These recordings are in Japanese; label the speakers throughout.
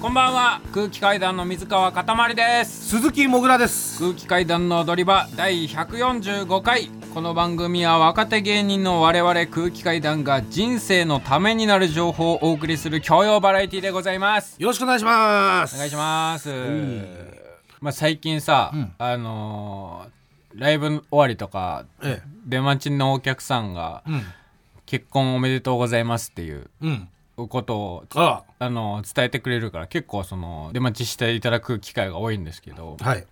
Speaker 1: こんばんは空気階段の水川かたまりです
Speaker 2: 鈴木もぐらです
Speaker 1: 空気階段の踊り場第145回この番組は若手芸人の我々空気階段が人生のためになる情報をお送りする教養バラエティでございます
Speaker 2: よろしくお願いします
Speaker 1: お願いします、まあ最近さ、あのーライブ終わりとか
Speaker 2: え
Speaker 1: 出待ちのお客さんが、
Speaker 2: えうん
Speaker 1: 結婚おめでとうございますっていう
Speaker 2: うん
Speaker 1: ことを
Speaker 2: あ
Speaker 1: あの伝えてくれるから結構その出待ちしていただく機会が多いんですけど
Speaker 2: あはい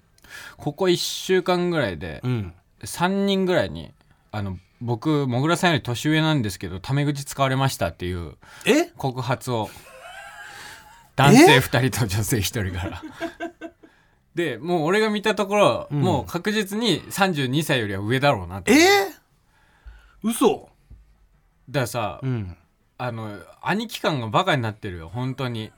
Speaker 1: ここ1週間ぐらいで
Speaker 2: うん
Speaker 1: 3人ぐらいにあの僕もぐらさんより年上なんですけどタメ口使われましたっていう
Speaker 2: え
Speaker 1: 告発 を男性2人と女性1人から。でもう俺が見たところ、
Speaker 2: ん
Speaker 1: もう確実に32歳よりは上だろうなって
Speaker 2: え
Speaker 1: だか
Speaker 2: 嘘
Speaker 1: らさ、
Speaker 2: ん
Speaker 1: あの兄貴感がバカになってるよ本当に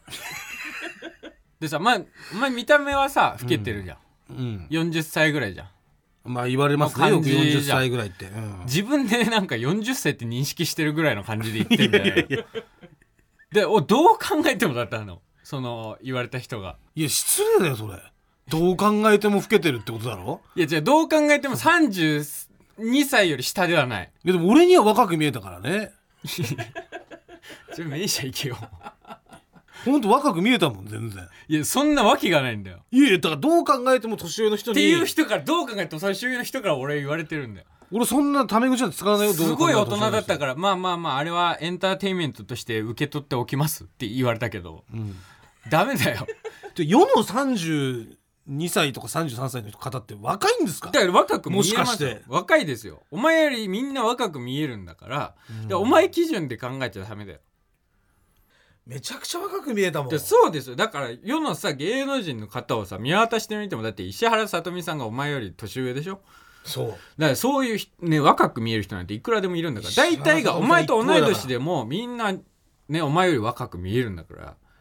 Speaker 1: でさまあお前見た目はさ老けてるじゃん、
Speaker 2: うん
Speaker 1: 40歳ぐらいじゃん
Speaker 2: まあ言われますね
Speaker 1: も
Speaker 2: よ
Speaker 1: う
Speaker 2: く
Speaker 1: 感じ
Speaker 2: 40
Speaker 1: じゃん
Speaker 2: 歳ぐらいって、うん
Speaker 1: 自分でなんか40歳って認識してるぐらいの感じで言ってんだよでおどう考えてもだったのその言われた人が
Speaker 2: いや失礼だよそれどう考えても老けてるってことだろ
Speaker 1: いやじゃあどう考えても32歳より下ではない
Speaker 2: いやでも俺には若く見えたからね
Speaker 1: ちょ名車行けよ
Speaker 2: ほんと若く見えたもん全然
Speaker 1: いやそんなわけがないんだよ
Speaker 2: いやいやだからどう考えても年上の人
Speaker 1: っ
Speaker 2: に
Speaker 1: ていう人からどう考えてもそれ周囲の人から俺言われてるんだよ
Speaker 2: 俺そんなタメ口なんて使わないよ
Speaker 1: すごい大人だった
Speaker 2: ら、
Speaker 1: からまあまあまああれはエンターテインメントとして受け取っておきますって言われたけど
Speaker 2: うん、
Speaker 1: ダメだよ
Speaker 2: で世の32歳とか33歳の方って若いんです か
Speaker 1: だから若く見えます
Speaker 2: もしかして
Speaker 1: 若いですよお前よりみんな若く見えるんだから,、お前基準で考えちゃダメだよ
Speaker 2: めちゃくちゃ若く見えたも
Speaker 1: でそうですよだから世のさ芸能人の方をさ見渡してみてもだって石原さとみさんがお前より年上でしょ
Speaker 2: そう
Speaker 1: だからそういうひ、ね、若く見える人なんていくらでもいるんだから
Speaker 2: 石原
Speaker 1: 大
Speaker 2: さとみさん
Speaker 1: 体がお前と同い年でもみんなねお前より若く見えるんだか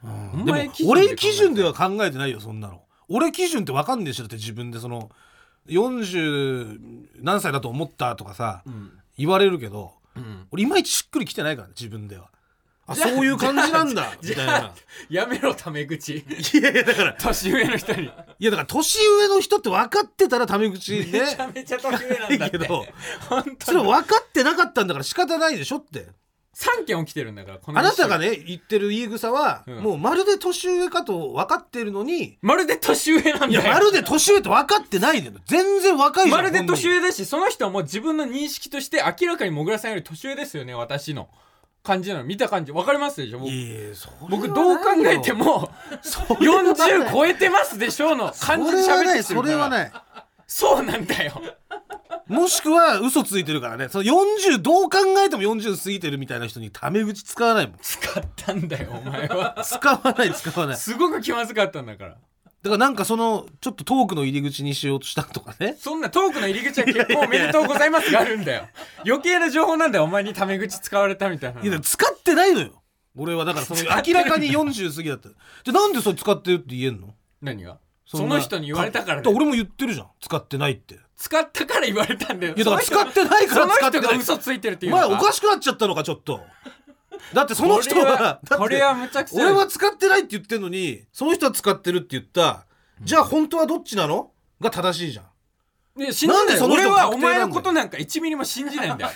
Speaker 1: ら
Speaker 2: で
Speaker 1: お前
Speaker 2: も
Speaker 1: 基準で
Speaker 2: 俺基準では考えてないよそんなの俺基準って分かんねえしだって自分でその40何歳だと思ったとかさ、
Speaker 1: ん
Speaker 2: 言われるけど
Speaker 1: うん
Speaker 2: 俺いまいちしっくりきてないからね自分ではあそういう感じなんだ み
Speaker 1: じ
Speaker 2: たい
Speaker 1: ゃ
Speaker 2: な
Speaker 1: あやめろタメ口
Speaker 2: いやいやだから
Speaker 1: 年上の人に
Speaker 2: いやだから年上の人って分かってたらタメ口ね
Speaker 1: めちゃめちゃ年上なんだって
Speaker 2: いいけど
Speaker 1: 本
Speaker 2: そ
Speaker 1: 当
Speaker 2: れ
Speaker 1: に
Speaker 2: 分かってなかったんだから仕方ないでしょって
Speaker 1: 3件起きてるんだからこの
Speaker 2: あ
Speaker 1: 一
Speaker 2: な
Speaker 1: 週
Speaker 2: たがね言ってる言い草は、
Speaker 1: うん
Speaker 2: もうまるで年上かと分かってるのに
Speaker 1: まるで年上なん
Speaker 2: い
Speaker 1: だ
Speaker 2: や
Speaker 1: よ
Speaker 2: まるで年上って分かってないで全然若いじゃん
Speaker 1: まるで年
Speaker 2: 上
Speaker 1: 上だしその人はもう自分の認識として明らかにもぐらさんより年上ですよね私の感じなの見た感じわかりますでしょ僕
Speaker 2: いやいやそれは
Speaker 1: 僕どう考えても40超えてますでしょうの感じで
Speaker 2: それは
Speaker 1: 喋
Speaker 2: な
Speaker 1: って
Speaker 2: い
Speaker 1: する
Speaker 2: そ
Speaker 1: から
Speaker 2: れはない
Speaker 1: そうなんだよ
Speaker 2: もしくは嘘ついてるからねその40どう考えても40過ぎてるみたいな人にタメ口使わないもん
Speaker 1: 使ったんだよお前 は
Speaker 2: 使わない使わない
Speaker 1: すごく気まずかったんだから
Speaker 2: だからなんかそのちょっとトークの入り口にしようとしたとかね
Speaker 1: そんなトークの入り口は結婚おめでとうございますがあるんだよ。余計な情報なんだよ。お前にタメ口使われたみたいな。
Speaker 2: いや使ってないのよ俺はだからその明らかに40過ぎだったじゃあなんでそれ使ってるって言えんの
Speaker 1: 何がそ
Speaker 2: んな
Speaker 1: の人に言われたからだよ
Speaker 2: 俺も言ってるじゃん使ってないってい
Speaker 1: 使ったから言われたんだよ。
Speaker 2: やだから
Speaker 1: その
Speaker 2: 使
Speaker 1: 人
Speaker 2: ってないから使
Speaker 1: そ
Speaker 2: っ
Speaker 1: の
Speaker 2: て
Speaker 1: 人
Speaker 2: な
Speaker 1: が
Speaker 2: い
Speaker 1: 嘘ついてるって
Speaker 2: お
Speaker 1: いうの
Speaker 2: 前
Speaker 1: が
Speaker 2: おかしくなっちゃったのかちょっとだってその人
Speaker 1: これは
Speaker 2: はだって
Speaker 1: これはむちゃくちゃだ
Speaker 2: 俺
Speaker 1: よ
Speaker 2: は使ってないって言ってんのにその人は使ってるって言ったじゃあ本当はどっちなのが正しいじゃん
Speaker 1: いや信じない
Speaker 2: なんでその
Speaker 1: 俺
Speaker 2: 人
Speaker 1: はお
Speaker 2: 確定なんだ
Speaker 1: 前
Speaker 2: よ
Speaker 1: のことなんか1ミリも信じないんだよ。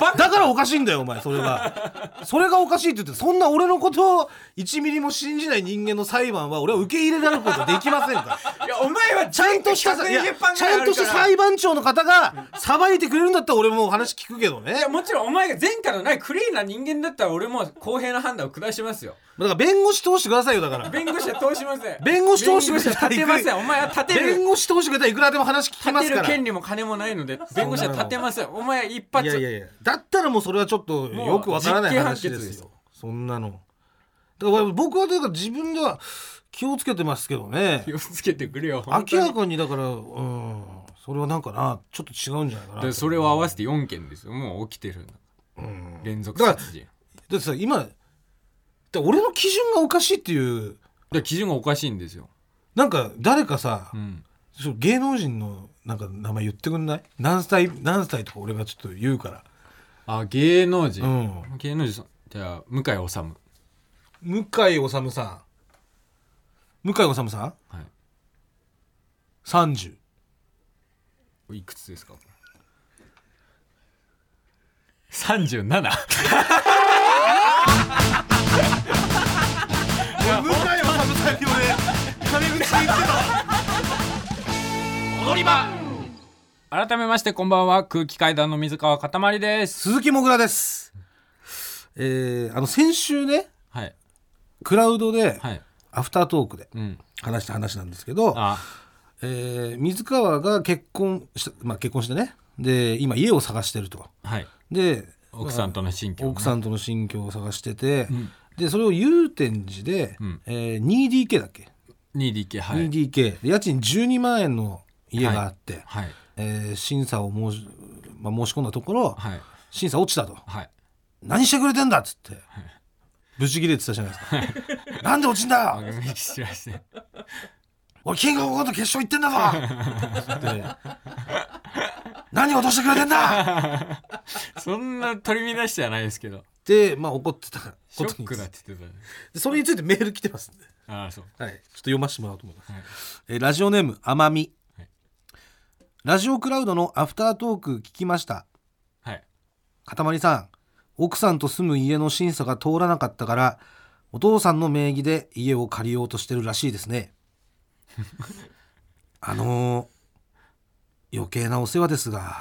Speaker 1: バカ
Speaker 2: だからおかしいんだよお前そ れはそれがおかしいって言ってそんな俺のことを1ミリも信じない人間の裁判は俺は受け入れられることはできませんか
Speaker 1: い
Speaker 2: ら
Speaker 1: やお前は
Speaker 2: ちゃんとしたさいや
Speaker 1: 120パン
Speaker 2: ちゃんとした裁判長の方が裁いてくれるんだったら俺もお話聞くけどね
Speaker 1: いやもちろんお前が前科のないクリーンな人間だったら俺も公平な判断を下しますよ。
Speaker 2: だから弁護士通してくださいよだから
Speaker 1: 弁護士は通しません。
Speaker 2: 弁護士通して
Speaker 1: 弁護士は立てません。お前は立てる。
Speaker 2: 弁護士通してくれたらいくらでも話聞きま
Speaker 1: 立て
Speaker 2: す
Speaker 1: る
Speaker 2: から
Speaker 1: 権利も金もないので弁護士は立てませんお前一
Speaker 2: い
Speaker 1: 発
Speaker 2: やいやいやだったらもうそれはちょっと
Speaker 1: もう
Speaker 2: よくわからない話
Speaker 1: 実刑
Speaker 2: で
Speaker 1: 判決ですすよ
Speaker 2: よそんなのだから僕はというか自分では気をつけてますけどね
Speaker 1: 気をつけてくれよ本当
Speaker 2: 明
Speaker 1: に
Speaker 2: らかにだからうんそれはなんかなちょっと違うんじゃないかな
Speaker 1: でそれを合わせて4件ですよもう起きてるんだ連続
Speaker 2: だから
Speaker 1: 殺人
Speaker 2: だってさ今だから俺の基準がおかしいっていう
Speaker 1: で基準がおかしいんですよ、
Speaker 2: なんか誰かさ、
Speaker 1: うん、
Speaker 2: そう芸能人のなんか名前言ってくんない何歳何歳とか俺がちょっと言うから
Speaker 1: あ芸能
Speaker 2: う
Speaker 1: 人、
Speaker 2: ん
Speaker 1: 芸能人さんじゃあ向井治
Speaker 2: 向井理さん向井治さんさん
Speaker 1: は
Speaker 2: 30
Speaker 1: いいくつですか三十七。
Speaker 2: 向井治さんに俺金口言ってた
Speaker 1: 踊り場。改めましてこんばんは空気階段の水川かたまりです。
Speaker 2: 鈴木もぐらですえー、あの先週ね
Speaker 1: はい
Speaker 2: クラウドで、
Speaker 1: はい
Speaker 2: アフタートークで
Speaker 1: うん
Speaker 2: 話した話なんですけど、
Speaker 1: あ
Speaker 2: えー水川が結婚した、まあ、結婚してねで今家を探してると
Speaker 1: はい
Speaker 2: で
Speaker 1: 奥さんとの新居、
Speaker 2: 奥さんとの心境を探してて、
Speaker 1: ん
Speaker 2: でそれを祐天寺で、
Speaker 1: うん
Speaker 2: えー 2DK だっけ、
Speaker 1: 2DK はい
Speaker 2: 2DK で家賃12万円の家があって、
Speaker 1: はい
Speaker 2: えー審査を申し,、まあ、申し込んだところ、
Speaker 1: はい
Speaker 2: 審査落ちたと
Speaker 1: はい
Speaker 2: 何してくれてんだっつってブチ切れてたじゃないですかなんで落ちんだよ
Speaker 1: 番組知らして
Speaker 2: 俺キングオブコント決勝行ってんだぞ って何落としてくれてんだっ
Speaker 1: そん な取り乱してはないですけど
Speaker 2: て、まあ、怒ってた
Speaker 1: シ
Speaker 2: こ
Speaker 1: ョ
Speaker 2: と
Speaker 1: ッ
Speaker 2: に
Speaker 1: クだって言ってたね
Speaker 2: でそれについてメール来てますんで、
Speaker 1: ああそう
Speaker 2: はい、ちょっと読ませてもらおうと思います、
Speaker 1: はい
Speaker 2: えーラジオネーム甘み、
Speaker 1: はい
Speaker 2: ラジオクラウドのアフタートーク聞きました
Speaker 1: はい
Speaker 2: かたまりさん奥さんと住む家の審査が通らなかったからお父さんの名義で家を借りようとしてるらしいですね あのー余計なお世話ですが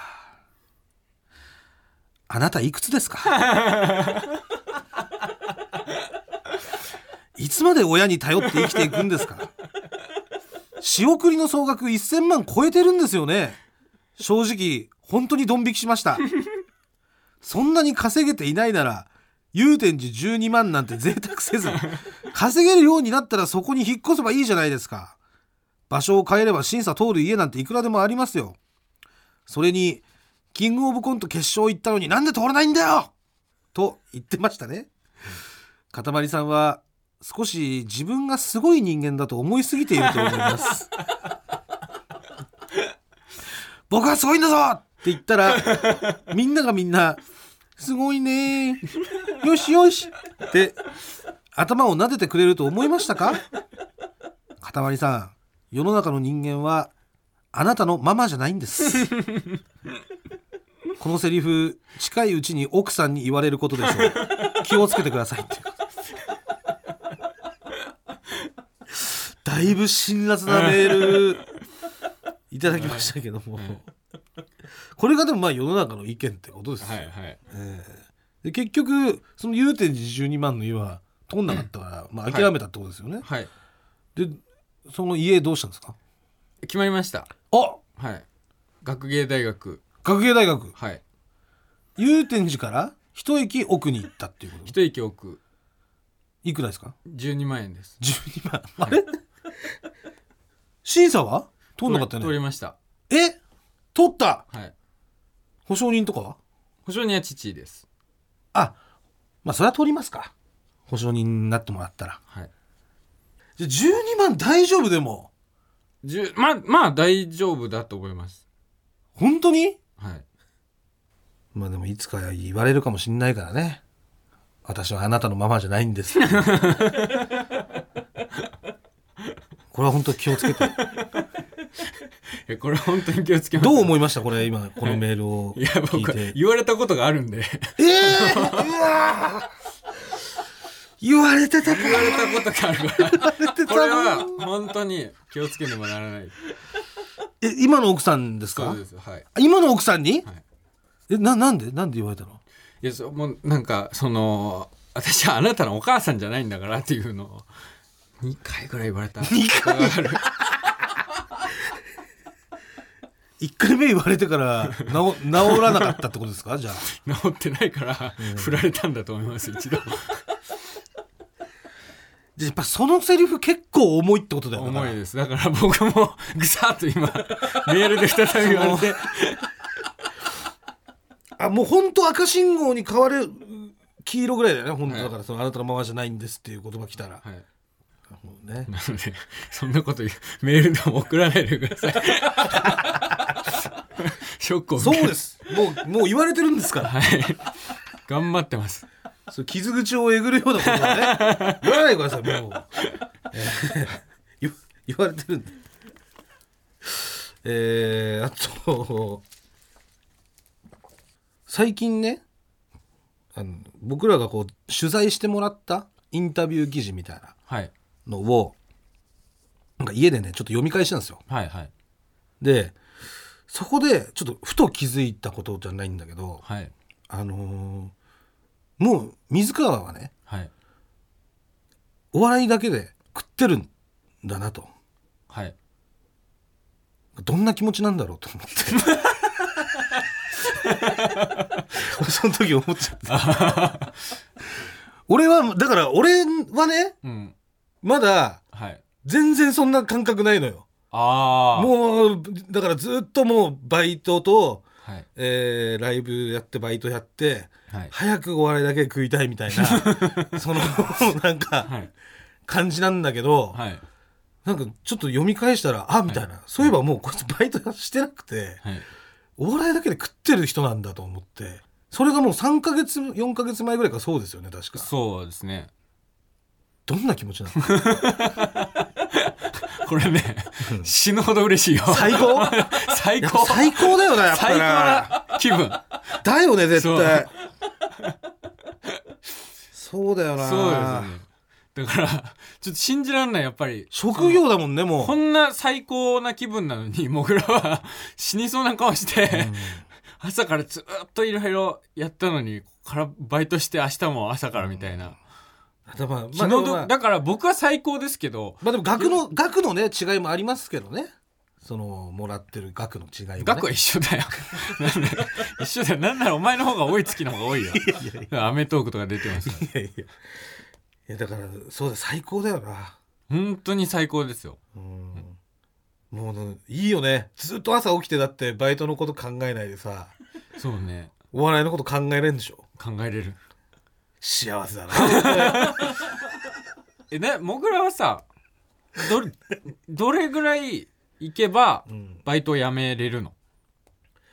Speaker 2: あなたいくつですか いつまで親に頼って生きていくんですか仕送りの総額1000万超えてるんですよね正直本当にドン引きしましたそんなに稼げていないなら、祐天寺12万なんて贅沢せず、稼げるようになったらそこに引っ越せばいいじゃないですか。場所を変えれば審査通る家なんていくらでもありますよ。それに、キングオブコント決勝行ったのになんで通らないんだよと言ってましたね。かたまりさんは、少し自分がすごい人間だと思いすぎていると思います。僕はすごいんだぞって言ったら、みんながみんな、すごいねー。よしよしって、頭を撫でてくれると思いましたかかたまりさん、世の中の人間は、あなたのママじゃないんです。このセリフ、近いうちに奥さんに言われることでしょう。気をつけてくださいっていう。だいぶ辛辣なメールいただきましたけども、これがでもまあ世の中の意見ってことですよ、
Speaker 1: はいはい
Speaker 2: で結局その祐天寺12万の家は通んなかったから、まあ、諦めたってことですよね、
Speaker 1: はい
Speaker 2: でその家どうしたんですか
Speaker 1: 決まりました
Speaker 2: あ
Speaker 1: はい学芸大学
Speaker 2: 学芸大学
Speaker 1: はい
Speaker 2: 祐天寺から一駅奥に行ったっていうこと
Speaker 1: 一駅奥
Speaker 2: いくらですか
Speaker 1: 12万円です
Speaker 2: 12万 あれ審査は通んなかったよ
Speaker 1: 通り
Speaker 2: ね
Speaker 1: ました
Speaker 2: え取った
Speaker 1: はい
Speaker 2: 保証人とかは
Speaker 1: 保証人は父です
Speaker 2: あまあそれは取りますか保証人になってもらったら
Speaker 1: はい
Speaker 2: じゃあ12万大丈夫でも
Speaker 1: じゅまあまあ大丈夫だと思います
Speaker 2: 本当に
Speaker 1: はい
Speaker 2: まあでもいつか言われるかもしんないからね。私はあなたのママじゃないんです。 これは本当気をつけて。
Speaker 1: えこれ本当に気をつけます
Speaker 2: どう思いましたこれ今、このメールを
Speaker 1: いや
Speaker 2: 聞い
Speaker 1: 僕
Speaker 2: て。
Speaker 1: 言われたことがあるんで
Speaker 2: ええー、うわー言われてたか
Speaker 1: 言われたことがあるから
Speaker 2: 言われて
Speaker 1: これ
Speaker 2: た
Speaker 1: は
Speaker 2: の
Speaker 1: 本当に気をつけねばならない
Speaker 2: え、今の奥さんです
Speaker 1: そ
Speaker 2: か
Speaker 1: うですはい
Speaker 2: 今の奥さんに、
Speaker 1: はい
Speaker 2: え、な、なんでなんで言われたの
Speaker 1: いやそもうなんかその私はあなたのお母さんじゃないんだからっていうのを2回ぐらい言われた2回
Speaker 2: 一回目言われてから治治らなかったってことですかじゃあ。
Speaker 1: 治ってないから振られたんだと思います一度
Speaker 2: じゃあやっぱそのセリフ結構重いってことだよだから
Speaker 1: 重いですだから僕もぐさっと今メールで再び言われて
Speaker 2: あもう本当赤信号に変わる黄色ぐらいだよね本当だからそのあなたのままじゃないんですっていう言葉来たら、
Speaker 1: はい
Speaker 2: もうね
Speaker 1: なのでそんなこと言うメールでも送らないでくださいショックを受
Speaker 2: そう
Speaker 1: ける
Speaker 2: ですもうもう言われてるんですから
Speaker 1: はい頑張ってます
Speaker 2: そう傷口をえぐるようなことはね言わないでくださいもう、えー 言われてるんでえー、あと最近ねあの僕らがこう取材してもらったインタビュー記事みたいな
Speaker 1: はい
Speaker 2: のをなんか家でねちょっと読み返したんですよ
Speaker 1: はいはい
Speaker 2: でそこでちょっとふと気づいたことじゃないんだけど
Speaker 1: はい
Speaker 2: あのーもう水川はね
Speaker 1: はい
Speaker 2: お笑いだけで食ってるんだなと
Speaker 1: はい
Speaker 2: どんな気持ちなんだろうと思って。その時思っちゃった。俺は、だから俺はね、
Speaker 1: うん
Speaker 2: まだ
Speaker 1: はい
Speaker 2: 全然そんな感覚ないのよ。
Speaker 1: ああう
Speaker 2: もう、だからずっともうバイトと、
Speaker 1: はい
Speaker 2: えーライブやってバイトやって、
Speaker 1: はい
Speaker 2: 早くお笑いだけ食いたいみたいな、その、なんか
Speaker 1: はい
Speaker 2: 感じなんだけど、
Speaker 1: はい
Speaker 2: なんかちょっと読み返したら、あ、みたいな。そういえばもうこいつバイトしてなくて、
Speaker 1: はい
Speaker 2: お笑いだけで食ってる人なんだと思ってそれがもう3ヶ月4ヶ月前ぐらいからそうですよね確か
Speaker 1: そうですね
Speaker 2: どんな気持ちなの
Speaker 1: これ ね 死ぬほど嬉しいよ
Speaker 2: 最高
Speaker 1: 最
Speaker 2: やっぱ
Speaker 1: 高
Speaker 2: 最高だよなやっぱ
Speaker 1: 最高
Speaker 2: な
Speaker 1: な気分
Speaker 2: だよね絶
Speaker 1: そう
Speaker 2: 対そうだよな
Speaker 1: そうですねだからちょっと信じられないやっぱり
Speaker 2: 職業だもんねも
Speaker 1: こんな最高な気分なのにもぐらは死にそうな顔して、朝からずっといろいろやったのにここからバイトして明日も朝からみたいな、
Speaker 2: うだまあまあ
Speaker 1: 気
Speaker 2: で
Speaker 1: の
Speaker 2: も
Speaker 1: 毒
Speaker 2: まあ
Speaker 1: だから僕は最高ですけど
Speaker 2: まあでも額の額のね違いもありますけどねそのもらってる額の違いも、ね、
Speaker 1: 額は一緒だよ なんで一緒だよなんならお前の方が多い月の方が多いよアメトークとか出てますから
Speaker 2: いやい やいやだからそうだ最高だよな
Speaker 1: 本当に最高ですよ
Speaker 2: うんもうねいいよねずっと朝起きてだってバイトのこと考えないでさ
Speaker 1: そうね
Speaker 2: お笑いのこと考えれんでしょ
Speaker 1: 考えれる
Speaker 2: 幸せ だな
Speaker 1: えねもぐらはさどれどれぐらい行けば
Speaker 2: うん
Speaker 1: バイトを辞めれるの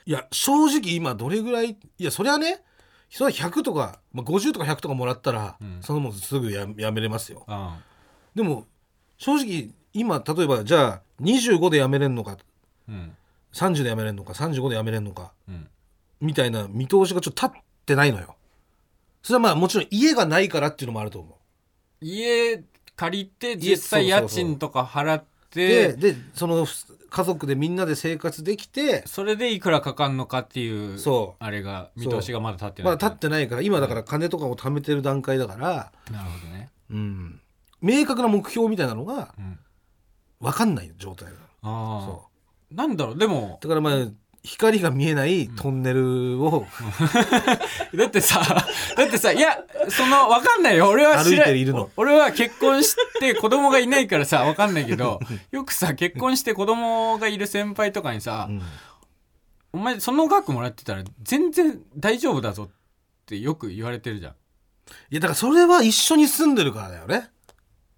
Speaker 2: いや正直今どれぐらいいやそりゃねそれは100とか、まあ、50とか100とかもらったら、
Speaker 1: うん
Speaker 2: そのもうすぐややめれますよ
Speaker 1: あ
Speaker 2: でも正直今例えばじゃあ25でやめれんのか
Speaker 1: あうん
Speaker 2: 30でやめれんのか35でやめれんのか
Speaker 1: うん
Speaker 2: みたいな見通しがちょっと立ってないのよそれはまあもちろん家がないからっていうのもあると思う
Speaker 1: 家借りて
Speaker 2: 家
Speaker 1: 実際
Speaker 2: そう
Speaker 1: 家
Speaker 2: そうそう
Speaker 1: 賃とか払って
Speaker 2: ででそのふ家族でみんなで生活できて
Speaker 1: それでいくらかかんのかっていう
Speaker 2: そ
Speaker 1: あれが見通しがまだ立って
Speaker 2: う
Speaker 1: な
Speaker 2: ま
Speaker 1: い
Speaker 2: だ立ってないから今だから金とかを貯めてる段階だから、
Speaker 1: なるほどね、
Speaker 2: うん、明確な目標みたいなのが
Speaker 1: うん、
Speaker 2: 分かんない状態だ
Speaker 1: あ
Speaker 2: そ
Speaker 1: あなんだろうでも
Speaker 2: うだからまあ光が見えないトンネルを
Speaker 1: だってさだってさいやそのわかんないよ俺は知ら
Speaker 2: 歩いているの
Speaker 1: 俺は結婚して子供がいないからさわかんないけどよくさ結婚して子供がいる先輩とかにさ、
Speaker 2: うん
Speaker 1: お前その額もらってたら全然大丈夫だぞってよく言われてるじゃん
Speaker 2: いやだからそれは一緒に住んでるからだよね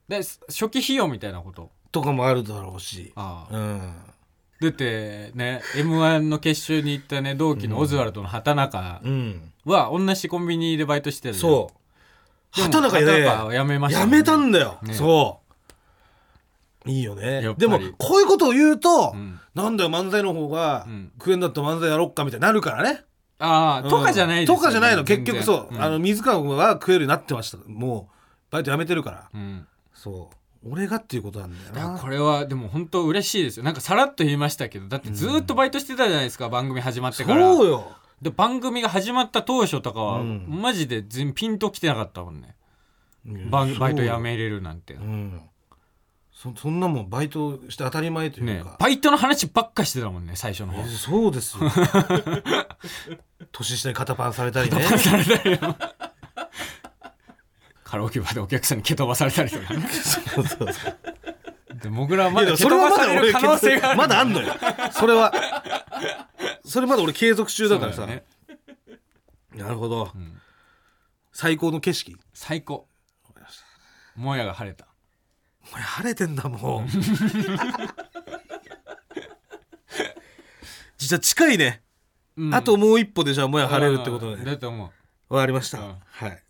Speaker 1: で初期費用みたいなこと
Speaker 2: とかもあるだろうし、
Speaker 1: ああ
Speaker 2: うん、
Speaker 1: 出てね m 1の決勝に行ったね同期のオズワルドの畑中
Speaker 2: うん、
Speaker 1: は同じコンビニでバイトしてるじゃん
Speaker 2: そう
Speaker 1: でも
Speaker 2: 畑中
Speaker 1: 畑
Speaker 2: ね
Speaker 1: 中は辞めました
Speaker 2: や
Speaker 1: ね、
Speaker 2: めたんだよ、
Speaker 1: ね
Speaker 2: そういいよ
Speaker 1: や
Speaker 2: ね
Speaker 1: っぱ
Speaker 2: で
Speaker 1: り
Speaker 2: もこういうことを言うと、
Speaker 1: うん
Speaker 2: なんだよ漫才の方が
Speaker 1: うん
Speaker 2: 食えんだったら漫才やろっかみたいになるからね、
Speaker 1: ああとかじゃないです
Speaker 2: と
Speaker 1: よね
Speaker 2: かじゃないの結
Speaker 1: 全然
Speaker 2: 局そう、あの水川は食えるようになってましたもうバイトやめてるから、
Speaker 1: うん
Speaker 2: そう俺がっていうことなんだよ
Speaker 1: いや
Speaker 2: な
Speaker 1: これはでも本当嬉しいですよなんかさらっと言いましたけどだってずーっとバイトしてたじゃないですか、番組始まってから
Speaker 2: そうよ
Speaker 1: で番組が始まった当初とかは、
Speaker 2: うん
Speaker 1: マジで全ピンときてなかったもんね、バ
Speaker 2: うん
Speaker 1: ンバイトやめれるなんて、
Speaker 2: そうようんそそんなもんバイトして当たり前とい
Speaker 1: ね
Speaker 2: うか、
Speaker 1: バイトの話ばっかしてたもんね最初の方
Speaker 2: そうですよ年下に肩パンされたりね
Speaker 1: カラオケバーでお客さんに蹴飛ばされたりとかね
Speaker 2: そうそうそう
Speaker 1: でもぐらはいま
Speaker 2: やで
Speaker 1: だ蹴
Speaker 2: もそ
Speaker 1: 飛
Speaker 2: れは
Speaker 1: ば
Speaker 2: ま
Speaker 1: さ
Speaker 2: だ
Speaker 1: れる
Speaker 2: 俺
Speaker 1: 可能性がある
Speaker 2: まだあんのよそれはそれまだ俺継続中だから
Speaker 1: そう
Speaker 2: さ、
Speaker 1: だよね
Speaker 2: なるほど、
Speaker 1: ん
Speaker 2: 最高の景色
Speaker 1: 最高もやが晴れた
Speaker 2: これ晴れてんだも うじゃあ近いね、
Speaker 1: うん
Speaker 2: あともう一歩でじゃあもや晴れるってことね
Speaker 1: だと思う
Speaker 2: わかりました、
Speaker 1: うん
Speaker 2: はい
Speaker 1: だか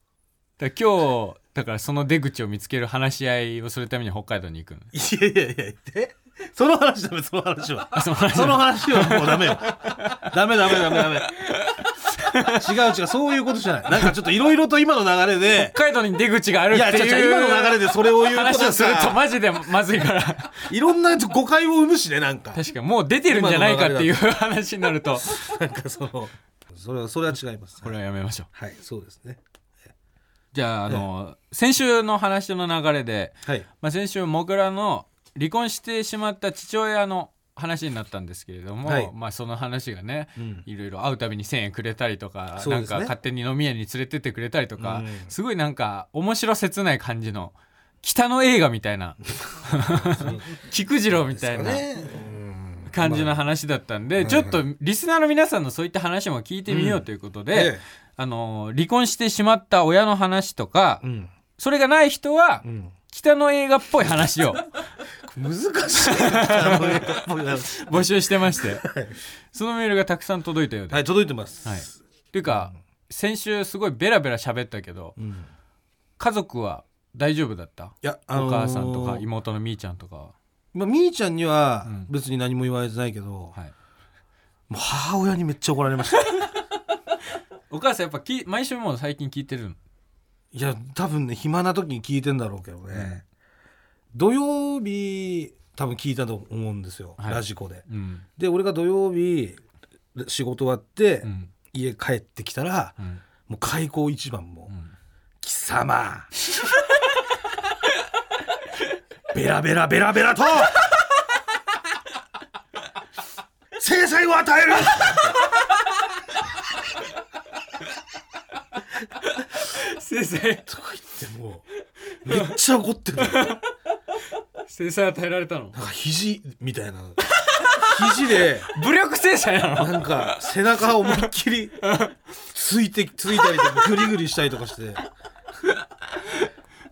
Speaker 1: ら今日だからその出口を見つける話し合いをするために北海道に行くの
Speaker 2: いやいやいやえその話ダメその話は
Speaker 1: その話
Speaker 2: その話はもう ダメよダメダメダメダメ違う違うそういうことじゃないなんかちょっといろいろと今の流 れで
Speaker 1: 北海道に出口があるっ
Speaker 2: い
Speaker 1: て
Speaker 2: や違う
Speaker 1: い
Speaker 2: 違う今の流れ
Speaker 1: う
Speaker 2: でそれを言うとなん
Speaker 1: 話をすると
Speaker 2: か
Speaker 1: マジでまずいから
Speaker 2: いろんな誤解を生むしねなんか
Speaker 1: 確かにもう出てるんじゃないかっていう話になると
Speaker 2: なんかそのそれはそれは違います
Speaker 1: これはやめましょう
Speaker 2: はいそうですね
Speaker 1: じゃああの、先週の話の流れで、
Speaker 2: はい
Speaker 1: まあ、先週もぐらの離婚してしまった父親の話になったんですけれども、
Speaker 2: はい
Speaker 1: まあ、その話がね、
Speaker 2: うん
Speaker 1: いろいろ会うたびに1,000円くれたりとか、
Speaker 2: そう
Speaker 1: な
Speaker 2: です
Speaker 1: ん
Speaker 2: ね
Speaker 1: か勝手に飲み屋に連れてってくれたりとか、
Speaker 2: うん
Speaker 1: すごいなんか面白切ない感じの北の映画みたいな 菊次郎みたいな
Speaker 2: ですかねうん
Speaker 1: 感じの話だったんで、
Speaker 2: まあ
Speaker 1: ちょっとリスナーの皆さんのそういった話も聞いてみようということで、
Speaker 2: ええ
Speaker 1: あの離婚してしまった親の話とか、
Speaker 2: うん
Speaker 1: それがない人は
Speaker 2: うん
Speaker 1: 北の映画っぽい話を
Speaker 2: 難 しいあの僕は
Speaker 1: 募集してま してそのメールがたくさん届いたようで、
Speaker 2: はい届いてます
Speaker 1: はいっていうか先週すごいベラベラ喋ったけど
Speaker 2: うん
Speaker 1: 家族は大丈夫だった
Speaker 2: いや、あの
Speaker 1: お
Speaker 2: ー
Speaker 1: 母さんとか妹のみーちゃんとかは、
Speaker 2: まあ、みーちゃんには
Speaker 1: うん
Speaker 2: 別に何も言われてないけど、
Speaker 1: はい、
Speaker 2: もう母親にめっちゃ怒られました
Speaker 1: お母さんやっぱき毎週もう最近聞いてるの
Speaker 2: いや多分ね暇な時に聞いてんだろうけどね、土曜日多分聞いたと思うんですよ、
Speaker 1: はい
Speaker 2: ラジコで
Speaker 1: うん
Speaker 2: で俺が土曜日仕事終わって、
Speaker 1: うん
Speaker 2: 家帰ってきたら
Speaker 1: うん
Speaker 2: もう開口一番もう
Speaker 1: うん
Speaker 2: 貴様 ベラベラベラベ ラと制裁を与える
Speaker 1: 先生
Speaker 2: とか言ってもうめっちゃ怒ってるなんか
Speaker 1: 制裁与えられたの
Speaker 2: 肘みたいな肘で
Speaker 1: 武力制裁なの
Speaker 2: なんか背中を思いっきりついてついたりとかグリグリしたりとかして帰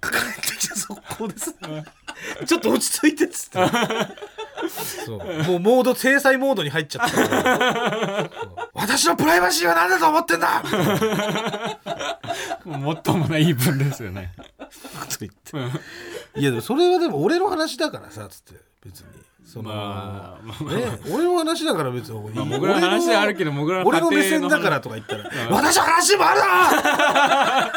Speaker 2: ってきた速攻ですちょっと落ち着いてっつってそうもうモード制裁モードに入っちゃったからそう私のプライバシーは何だと思ってんだとか
Speaker 1: もっともない言い分ですよね
Speaker 2: 言って
Speaker 1: うん
Speaker 2: いやでもそれはでも俺の話だからさつって別にその、
Speaker 1: まあまあまあ
Speaker 2: ね、俺の話だから別に俺,、
Speaker 1: もぐらの話であるけどもぐらの
Speaker 2: 俺の目
Speaker 1: 家庭
Speaker 2: 線
Speaker 1: の話
Speaker 2: だからとか言ったら「私の話もあるな!」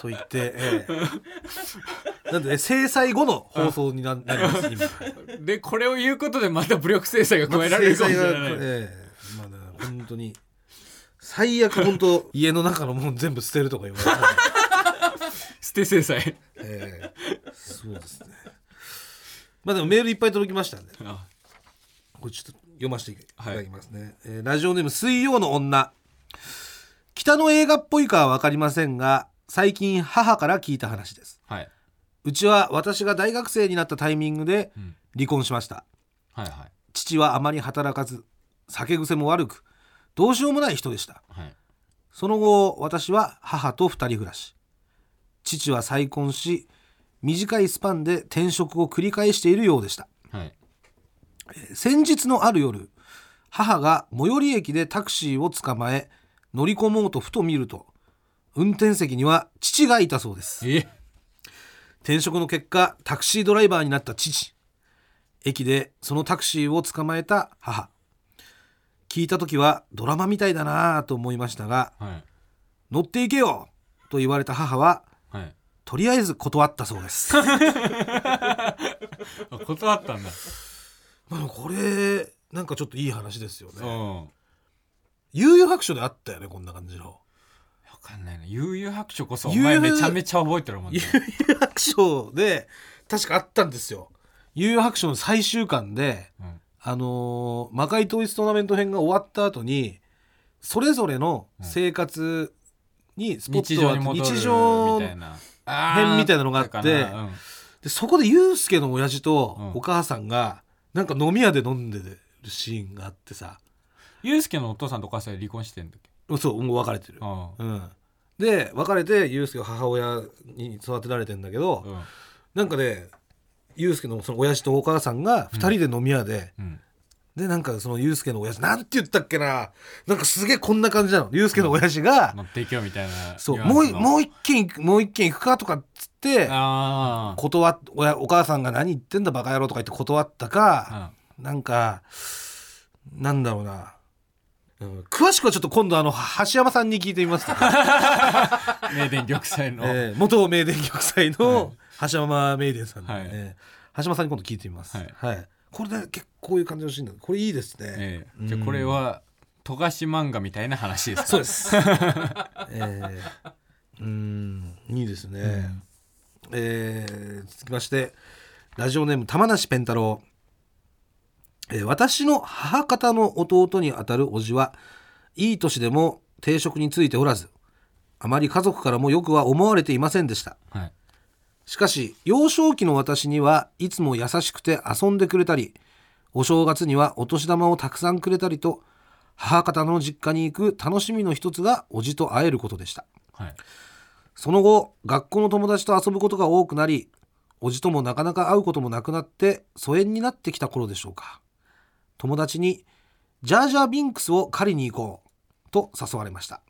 Speaker 2: と言って、ええ、なんで、ね、制裁後の放送にななります今
Speaker 1: でこれを言うことでまた武力制裁が加えられるかもしれない、
Speaker 2: 制裁がええまあだから本当に最悪本当家の中のもん全部捨てるとか言われて。
Speaker 1: 捨て制裁
Speaker 2: ええそうですね。まあでもメールいっぱい届きましたんで、
Speaker 1: あ
Speaker 2: これちょっと読ませていただきますね。えーラジオネーム水曜の女。北の映画っぽいかはわかりませんが、最近母から聞いた話です。
Speaker 1: はい、
Speaker 2: うちは私が大学生になったタイミングで
Speaker 1: うん、
Speaker 2: 離婚しました。
Speaker 1: はいはい
Speaker 2: 父はあまり働かず、酒癖も悪く、どうしようもない人でした。
Speaker 1: はい
Speaker 2: その後私は母と二人暮らし父は再婚し短いスパンで転職を繰り返しているようでした
Speaker 1: はい
Speaker 2: 先日のある夜母が最寄り駅でタクシーを捕まえ乗り込もうとふと見ると運転席には父がいたそうです
Speaker 1: え
Speaker 2: 転職の結果タクシードライバーになった父駅でそのタクシーを捕まえた母聞いた時はドラマみたいだなぁと思いましたが
Speaker 1: はい
Speaker 2: 乗っていけよと言われた母は
Speaker 1: はい
Speaker 2: とりあえず断ったそうです
Speaker 1: あ断ったんだ
Speaker 2: まあこれなんかちょっといい話ですよ
Speaker 1: うん
Speaker 2: ね
Speaker 1: わ
Speaker 2: 悠々白書であったよねこんな感じの
Speaker 1: かんないな悠々白書こそお
Speaker 2: 悠々
Speaker 1: 前めちゃめちゃ覚えてるもんね
Speaker 2: 悠々白書で確かあったんですよ悠々白書の最終巻で
Speaker 1: うん
Speaker 2: あのー魔界統一トーナメント編が終わった後にそれぞれの生活にスポ
Speaker 1: 日
Speaker 2: ットを
Speaker 1: 常に
Speaker 2: 当て、
Speaker 1: 戻る
Speaker 2: 日
Speaker 1: み
Speaker 2: 常
Speaker 1: たいなあー
Speaker 2: 編みたいなのがあって
Speaker 1: あったかなうん
Speaker 2: でそこでユうスケの親父
Speaker 1: うん
Speaker 2: とお母さんがなんか飲み屋で飲んでるシーンがあってさ
Speaker 1: ゆうすけのお父さんとお母さん離婚してんだっけ
Speaker 2: そうもう別れてる
Speaker 1: うん
Speaker 2: うん、で別れてユうスケは母親に育てられてんだけど、
Speaker 1: うん
Speaker 2: なんかねユうスケのその親父とお母さんが2人で飲み屋で
Speaker 1: うん
Speaker 2: でなんかそのユうスケの親父なんて言ったっけななんかすげえこんな感じなのユうスケの親父が、
Speaker 1: 持っていけよみたいな
Speaker 2: そう
Speaker 1: ニュアンス
Speaker 2: もうい
Speaker 1: の
Speaker 2: もう一軒行くもう一軒行くかとかっつって
Speaker 1: あ
Speaker 2: 断っ親お母さんが何言ってんだバカ野郎とか言って断ったか、
Speaker 1: あ、
Speaker 2: なんかなんだろうな、うん詳しくはちょっと今度あの橋山さんに聞いてみますとか、
Speaker 1: うん、名電玉砕の、
Speaker 2: えー元明電玉祭の橋山明電さんの、
Speaker 1: はい
Speaker 2: えー橋山さんに今度聞いてみます、
Speaker 1: はい
Speaker 2: これで結構こういう感じのシーンなんでこれいいですね、
Speaker 1: ええじゃあこれは富樫漫画みたいな話ですか
Speaker 2: そ うです。えーうーん、いいですね。えー続きまして、ラジオネーム玉梨ペン太郎。えー私の母方の弟にあたる叔父はいい年でも定職についておらず、あまり家族からもよくは思われていませんでした。
Speaker 1: はい
Speaker 2: しかし幼少期の私にはいつも優しくて遊んでくれたりお正月にはお年玉をたくさんくれたりと母方の実家に行く楽しみの一つがおじと会えることでした
Speaker 1: はい
Speaker 2: その後学校の友達と遊ぶことが多くなりおじともなかなか会うこともなくなって疎遠になってきた頃でしょうか友達に「ジャージャービンクスを狩りに行こう」と誘われました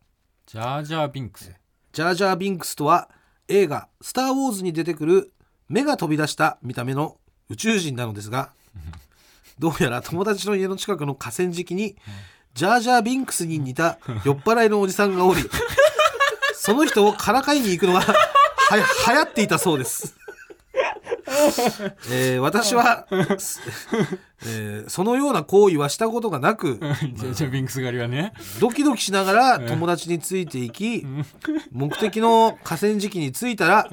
Speaker 1: ジャージャービンクス
Speaker 2: ジャージャー・ビンクスとは映画「スター・ウォーズ」に出てくる目が飛び出した見た目の宇宙人なのですがどうやら友達の家の近くの河川敷にジャージャー・ビンクスに似た酔っ払いのおじさんがおりその人をからかいに行くのがは流行っていたそうです。えー私は、すえーそのような行為はしたことがなく
Speaker 1: ジャージャービンクス狩りはね
Speaker 2: ドキドキしながら友達についていき目的の河川敷に着いたら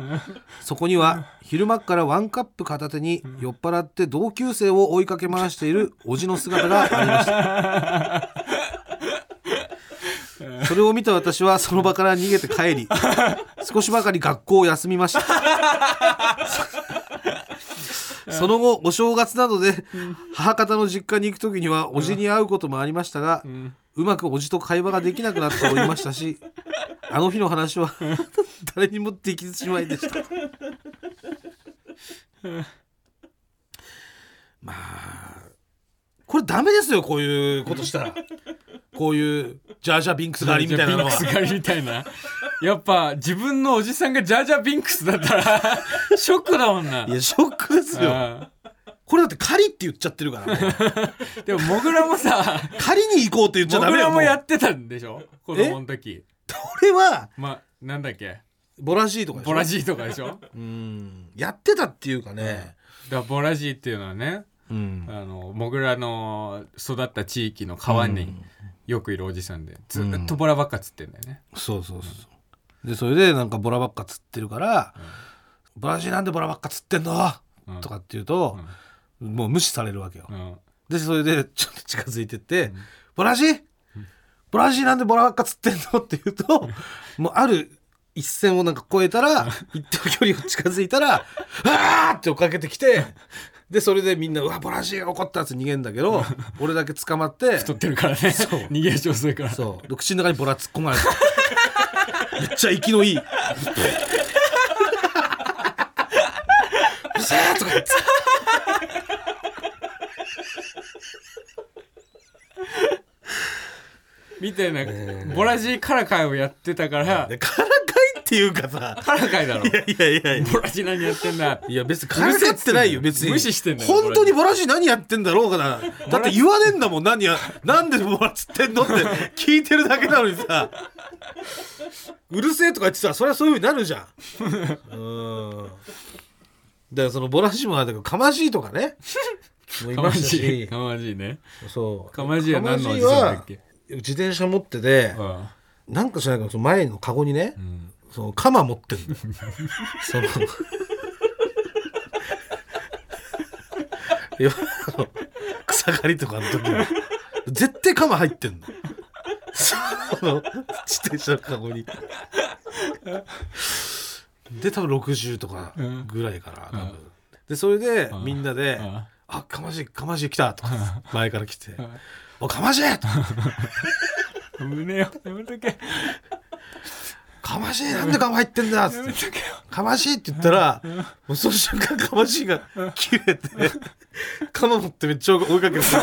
Speaker 2: そこには昼間っからワンカップ片手に酔っ払って同級生を追いかけ回しているおじの姿がありましたそれを見た私はその場から逃げて帰り少しばかり学校を休みましたその後お正月などで母方の実家に行く時にはおじに会うこともありましたが、うまくおじと会話ができなくなっておりましたしあの日の話は 誰にもできずしまいでしたまあこれダメですよこういうことしたらこういうジャージャービンクス狩りみたいなのは
Speaker 1: ジャージャービンクス狩りみたいなやっぱ自分のおじさんがジャージャービンクスだった らショックだもんない
Speaker 2: やショックですよ
Speaker 1: あ
Speaker 2: これだって狩りって言っちゃってるから もう
Speaker 1: あでもモグラもさ
Speaker 2: 狩りに行こうって言っちゃ
Speaker 1: モ
Speaker 2: ダ
Speaker 1: グ
Speaker 2: メ
Speaker 1: ラ
Speaker 2: よも
Speaker 1: も
Speaker 2: う
Speaker 1: やってたんでしょ子供の時
Speaker 2: これは
Speaker 1: まなんだっけ
Speaker 2: ボラジーとかでしょ
Speaker 1: ボラジーとかでしょだか
Speaker 2: うんやってたっていうかね、
Speaker 1: らボラジーっていうのはね
Speaker 2: うん
Speaker 1: あのモグラの育った地域の川によくいるおじさんでずっとボラばっか釣ってんだよね、
Speaker 2: そうそうそうでそれでなんかボラばっか釣ってるから「ボラジーなんでボラばっか釣ってんの?」
Speaker 1: うん
Speaker 2: とかって言うと、もう無視されるわけよ、
Speaker 1: うん
Speaker 2: でそれでちょっと近づいてって「ボラジーボラジーなんでボラばっか釣ってんの?」って言うともうある一線をなんか越えたら一定距離を近づいたら「あー!」って追っかけてきてでそれでみんな「うわボラジーが怒った」やつ逃げんだけど俺だけ捕まって
Speaker 1: 太ってるからね逃げ足遅いから
Speaker 2: そう。で口の中にボラ突っ込まれて。めっちゃ息の いい。うるせえとか言って。
Speaker 1: みたいな、ボラジーカラカイをやってたから
Speaker 2: からかいっていうかさ。
Speaker 1: カラカイだろ
Speaker 2: いやいやいや。
Speaker 1: ボラジー何やってんだ
Speaker 2: いや別にからかってないよ
Speaker 1: うる
Speaker 2: 別
Speaker 1: せ
Speaker 2: に
Speaker 1: えっつってんだよ無視してんだよ
Speaker 2: 本当にボラジ何やってんだろうかなだって言わねえんだもん何やなんでボラつって んのって聞いてるだけなのにさうるせえとか言ってさそれはそういうふうになるじゃんうんだからそのボラジもあれだけどかまじいとかねもうい
Speaker 1: か
Speaker 2: ま
Speaker 1: ま
Speaker 2: した
Speaker 1: じい
Speaker 2: し
Speaker 1: かまじいね
Speaker 2: そう
Speaker 1: かまじいは何のおじ
Speaker 2: かまじい
Speaker 1: さ
Speaker 2: は
Speaker 1: んだっけ
Speaker 2: 自転車持ってて
Speaker 1: うん
Speaker 2: なんか知らないけどその前のカゴにね、
Speaker 1: ん
Speaker 2: その鎌持ってん だよそのいやあの草刈りとかの時に絶対鎌入ってんのその自転車のカゴにで多分60とかぐらいから、多分でそれでみんなで「
Speaker 1: うん
Speaker 2: あかまじいかまじい来た」とか前から来て
Speaker 1: ん
Speaker 2: 「おかまじい!」とか
Speaker 1: 胸をやめとけや
Speaker 2: かましいなんでかま入ってんだっつっ
Speaker 1: め
Speaker 2: て
Speaker 1: とけよ
Speaker 2: かましいって言ったらもうその瞬間かましいが切れてかま持ってめっちゃ追いかけてた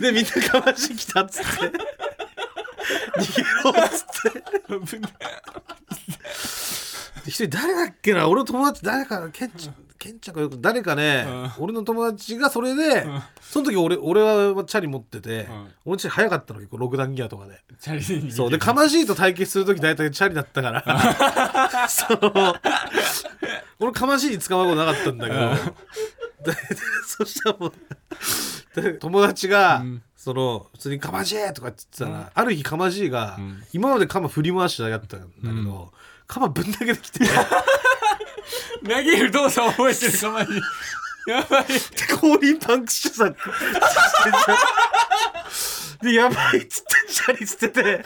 Speaker 2: でみんなかわし来たっつって逃げろっつってで一人誰だっけな俺の友達誰かケンちゃんケンちゃんかよく誰かね、俺の友達がそれで、
Speaker 1: ん
Speaker 2: その時俺俺はチャリ持ってて、
Speaker 1: ん
Speaker 2: 俺のチャリ早かったの結構六段ギアとかで
Speaker 1: チャリで逃げる
Speaker 2: そうでかましいと対決する時大体チャリだったからその俺かましいに捕まることなかったんだけど
Speaker 1: うん
Speaker 2: でそしたらもうで友達が、
Speaker 1: うん
Speaker 2: その普通に「かましい!」とかって言ってたら、ある日かましいが、
Speaker 1: うん
Speaker 2: 今までかま振り回してやったんだけ
Speaker 1: う
Speaker 2: ど、
Speaker 1: ん
Speaker 2: かまぶん投げてきて
Speaker 1: 投げる動作覚えてるかましやばい
Speaker 2: 後輪パンクしてさでやばいっつってチャリ捨てて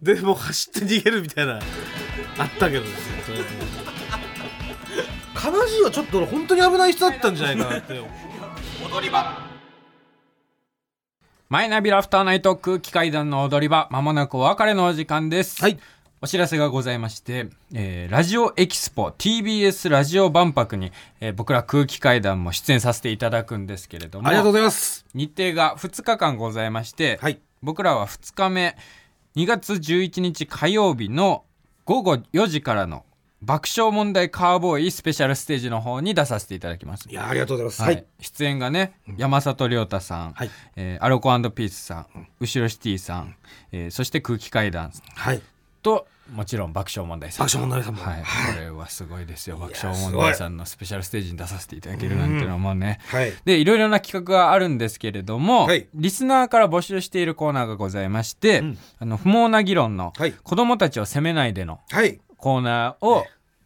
Speaker 2: でもう走って逃げるみたいなあったけどですねそれ悲しいはちょっと俺本当に危ない人だったんじゃないかなって
Speaker 1: マイナビラフターナイト空気階段の踊り場まもなくお別れのお時間です
Speaker 2: はい
Speaker 1: お知らせがございまして、えーラジオエキスポ TBS ラジオ万博に、えー僕ら空気階段も出演させていただくんですけれども
Speaker 2: ありがとうございます
Speaker 1: 日程が2日間ございまして、
Speaker 2: はい
Speaker 1: 僕らは2日目2月11日火曜日の午後4時からの爆笑問題カーボーイスペシャルステージの方に出させていただきます
Speaker 2: いやありがとうございます
Speaker 1: は
Speaker 2: はいい
Speaker 1: 出演がね、山里亮太さん、
Speaker 2: はい
Speaker 1: えーアロコピースさん、後ろシティさん、えーそして空気階段
Speaker 2: はい
Speaker 1: ともちろん爆笑問題さん
Speaker 2: 爆笑問題さんも
Speaker 1: はい、
Speaker 2: はい
Speaker 1: これはすごいですよ爆
Speaker 2: や
Speaker 1: 笑問題さんのスペシャルステージに出させていただけるなんてのはもうね、
Speaker 2: はい
Speaker 1: でいろいろな企画があるんですけれども、
Speaker 2: はい
Speaker 1: リスナーから募集しているコーナーがございまして、
Speaker 2: ん
Speaker 1: あの不毛な議論の
Speaker 2: はい
Speaker 1: 「子どもたちを責めないで」の
Speaker 2: はい
Speaker 1: コーナーを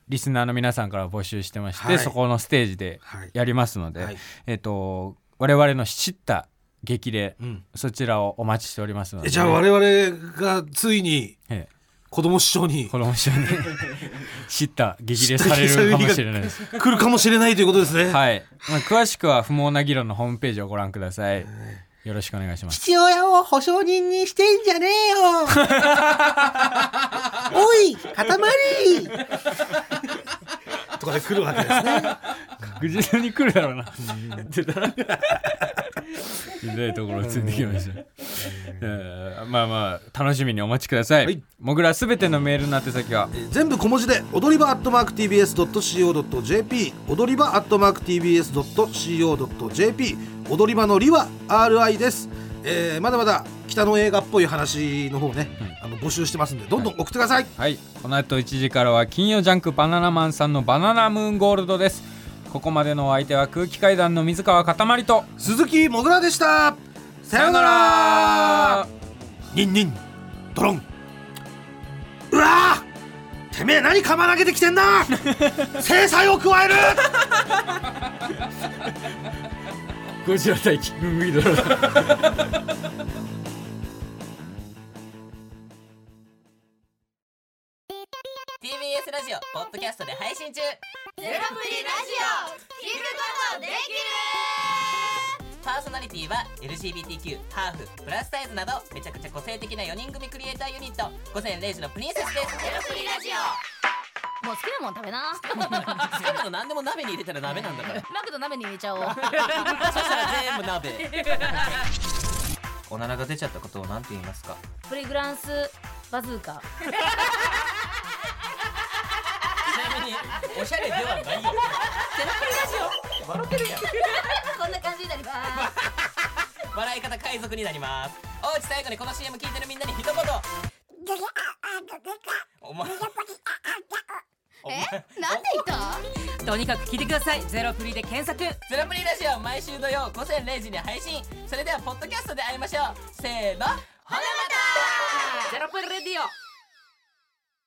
Speaker 1: リスナーの皆さんから募集してまして、
Speaker 2: はい
Speaker 1: そこのステージで
Speaker 2: はい
Speaker 1: やりますので、
Speaker 2: はい
Speaker 1: えっ、と我々の知った激励、
Speaker 2: うん
Speaker 1: そちらをお待ちしておりますので、
Speaker 2: えじゃあ我々がついに
Speaker 1: え
Speaker 2: 子供師匠に
Speaker 1: え子供 一緒に知った激励されるかもしれないです。
Speaker 2: 来るかもしれないということですね
Speaker 1: はい、まあ、詳しくは不毛な議論のホームページをご覧ください。よろしくお願いします。
Speaker 3: 父親を保証人にしてんじゃねえ よおい塊
Speaker 2: とかで来るわけですね
Speaker 1: 確実に来るだ ろうな。ってたら。ひどいところをついてきました。えーまあまあ、楽しみにお待ちくださ
Speaker 2: はいい。
Speaker 1: もぐらすべてのメールの宛先は、
Speaker 2: 全部小文字で踊り場アットマーク TBS.CO.JP 踊り場アットマーク TBS.CO.JP 踊り場のりは RI です、えーまだまだ北の映画っぽい話の方ね、あの募集してますんでどんどん送ってください、
Speaker 1: はい、この後1時からは金曜ジャンクバナナマンさんのバナナムーンゴールドです。ここまでのお相手は空気階段の水川かたまりと。
Speaker 2: 鈴木もぐらでしたさようならニンニンドロンうわーてめえ何釜投げてきてん だ制裁を加える
Speaker 1: ゴジラ対キングギドラ。
Speaker 4: TBS ラジオポッドキャストで配信中ゼロプリラジオ聞くことできるパーソナリティは LGBTQ ハーフプラスサイズなどめちゃくちゃ個性的な4人組クリエイターユニット午前0時のプリンセスですゼロプリラジオ
Speaker 5: もう好きなもん食べな。
Speaker 4: 好きなの何でも鍋に入れたら鍋なんだから
Speaker 5: マクド鍋に入れちゃおう。
Speaker 4: そしたら全部鍋おならが出ちゃったことを何て言いますか
Speaker 5: プリグランスバズーカ。
Speaker 4: ちなみにおしゃれではないよゼロプリラジオ笑ってるやん
Speaker 5: こんな感じになります。
Speaker 4: 笑い方海賊になりますおうち最後にこの CM 聞いてるみんなに一言お前
Speaker 5: え、なんで言った？とにかく聞いてください。ゼロプリで検索。
Speaker 4: ゼロプリラジオ毎週土曜午前0時に配信それではポッドキャストで会いましょうせーのほなまた
Speaker 5: ゼロプリレディオ。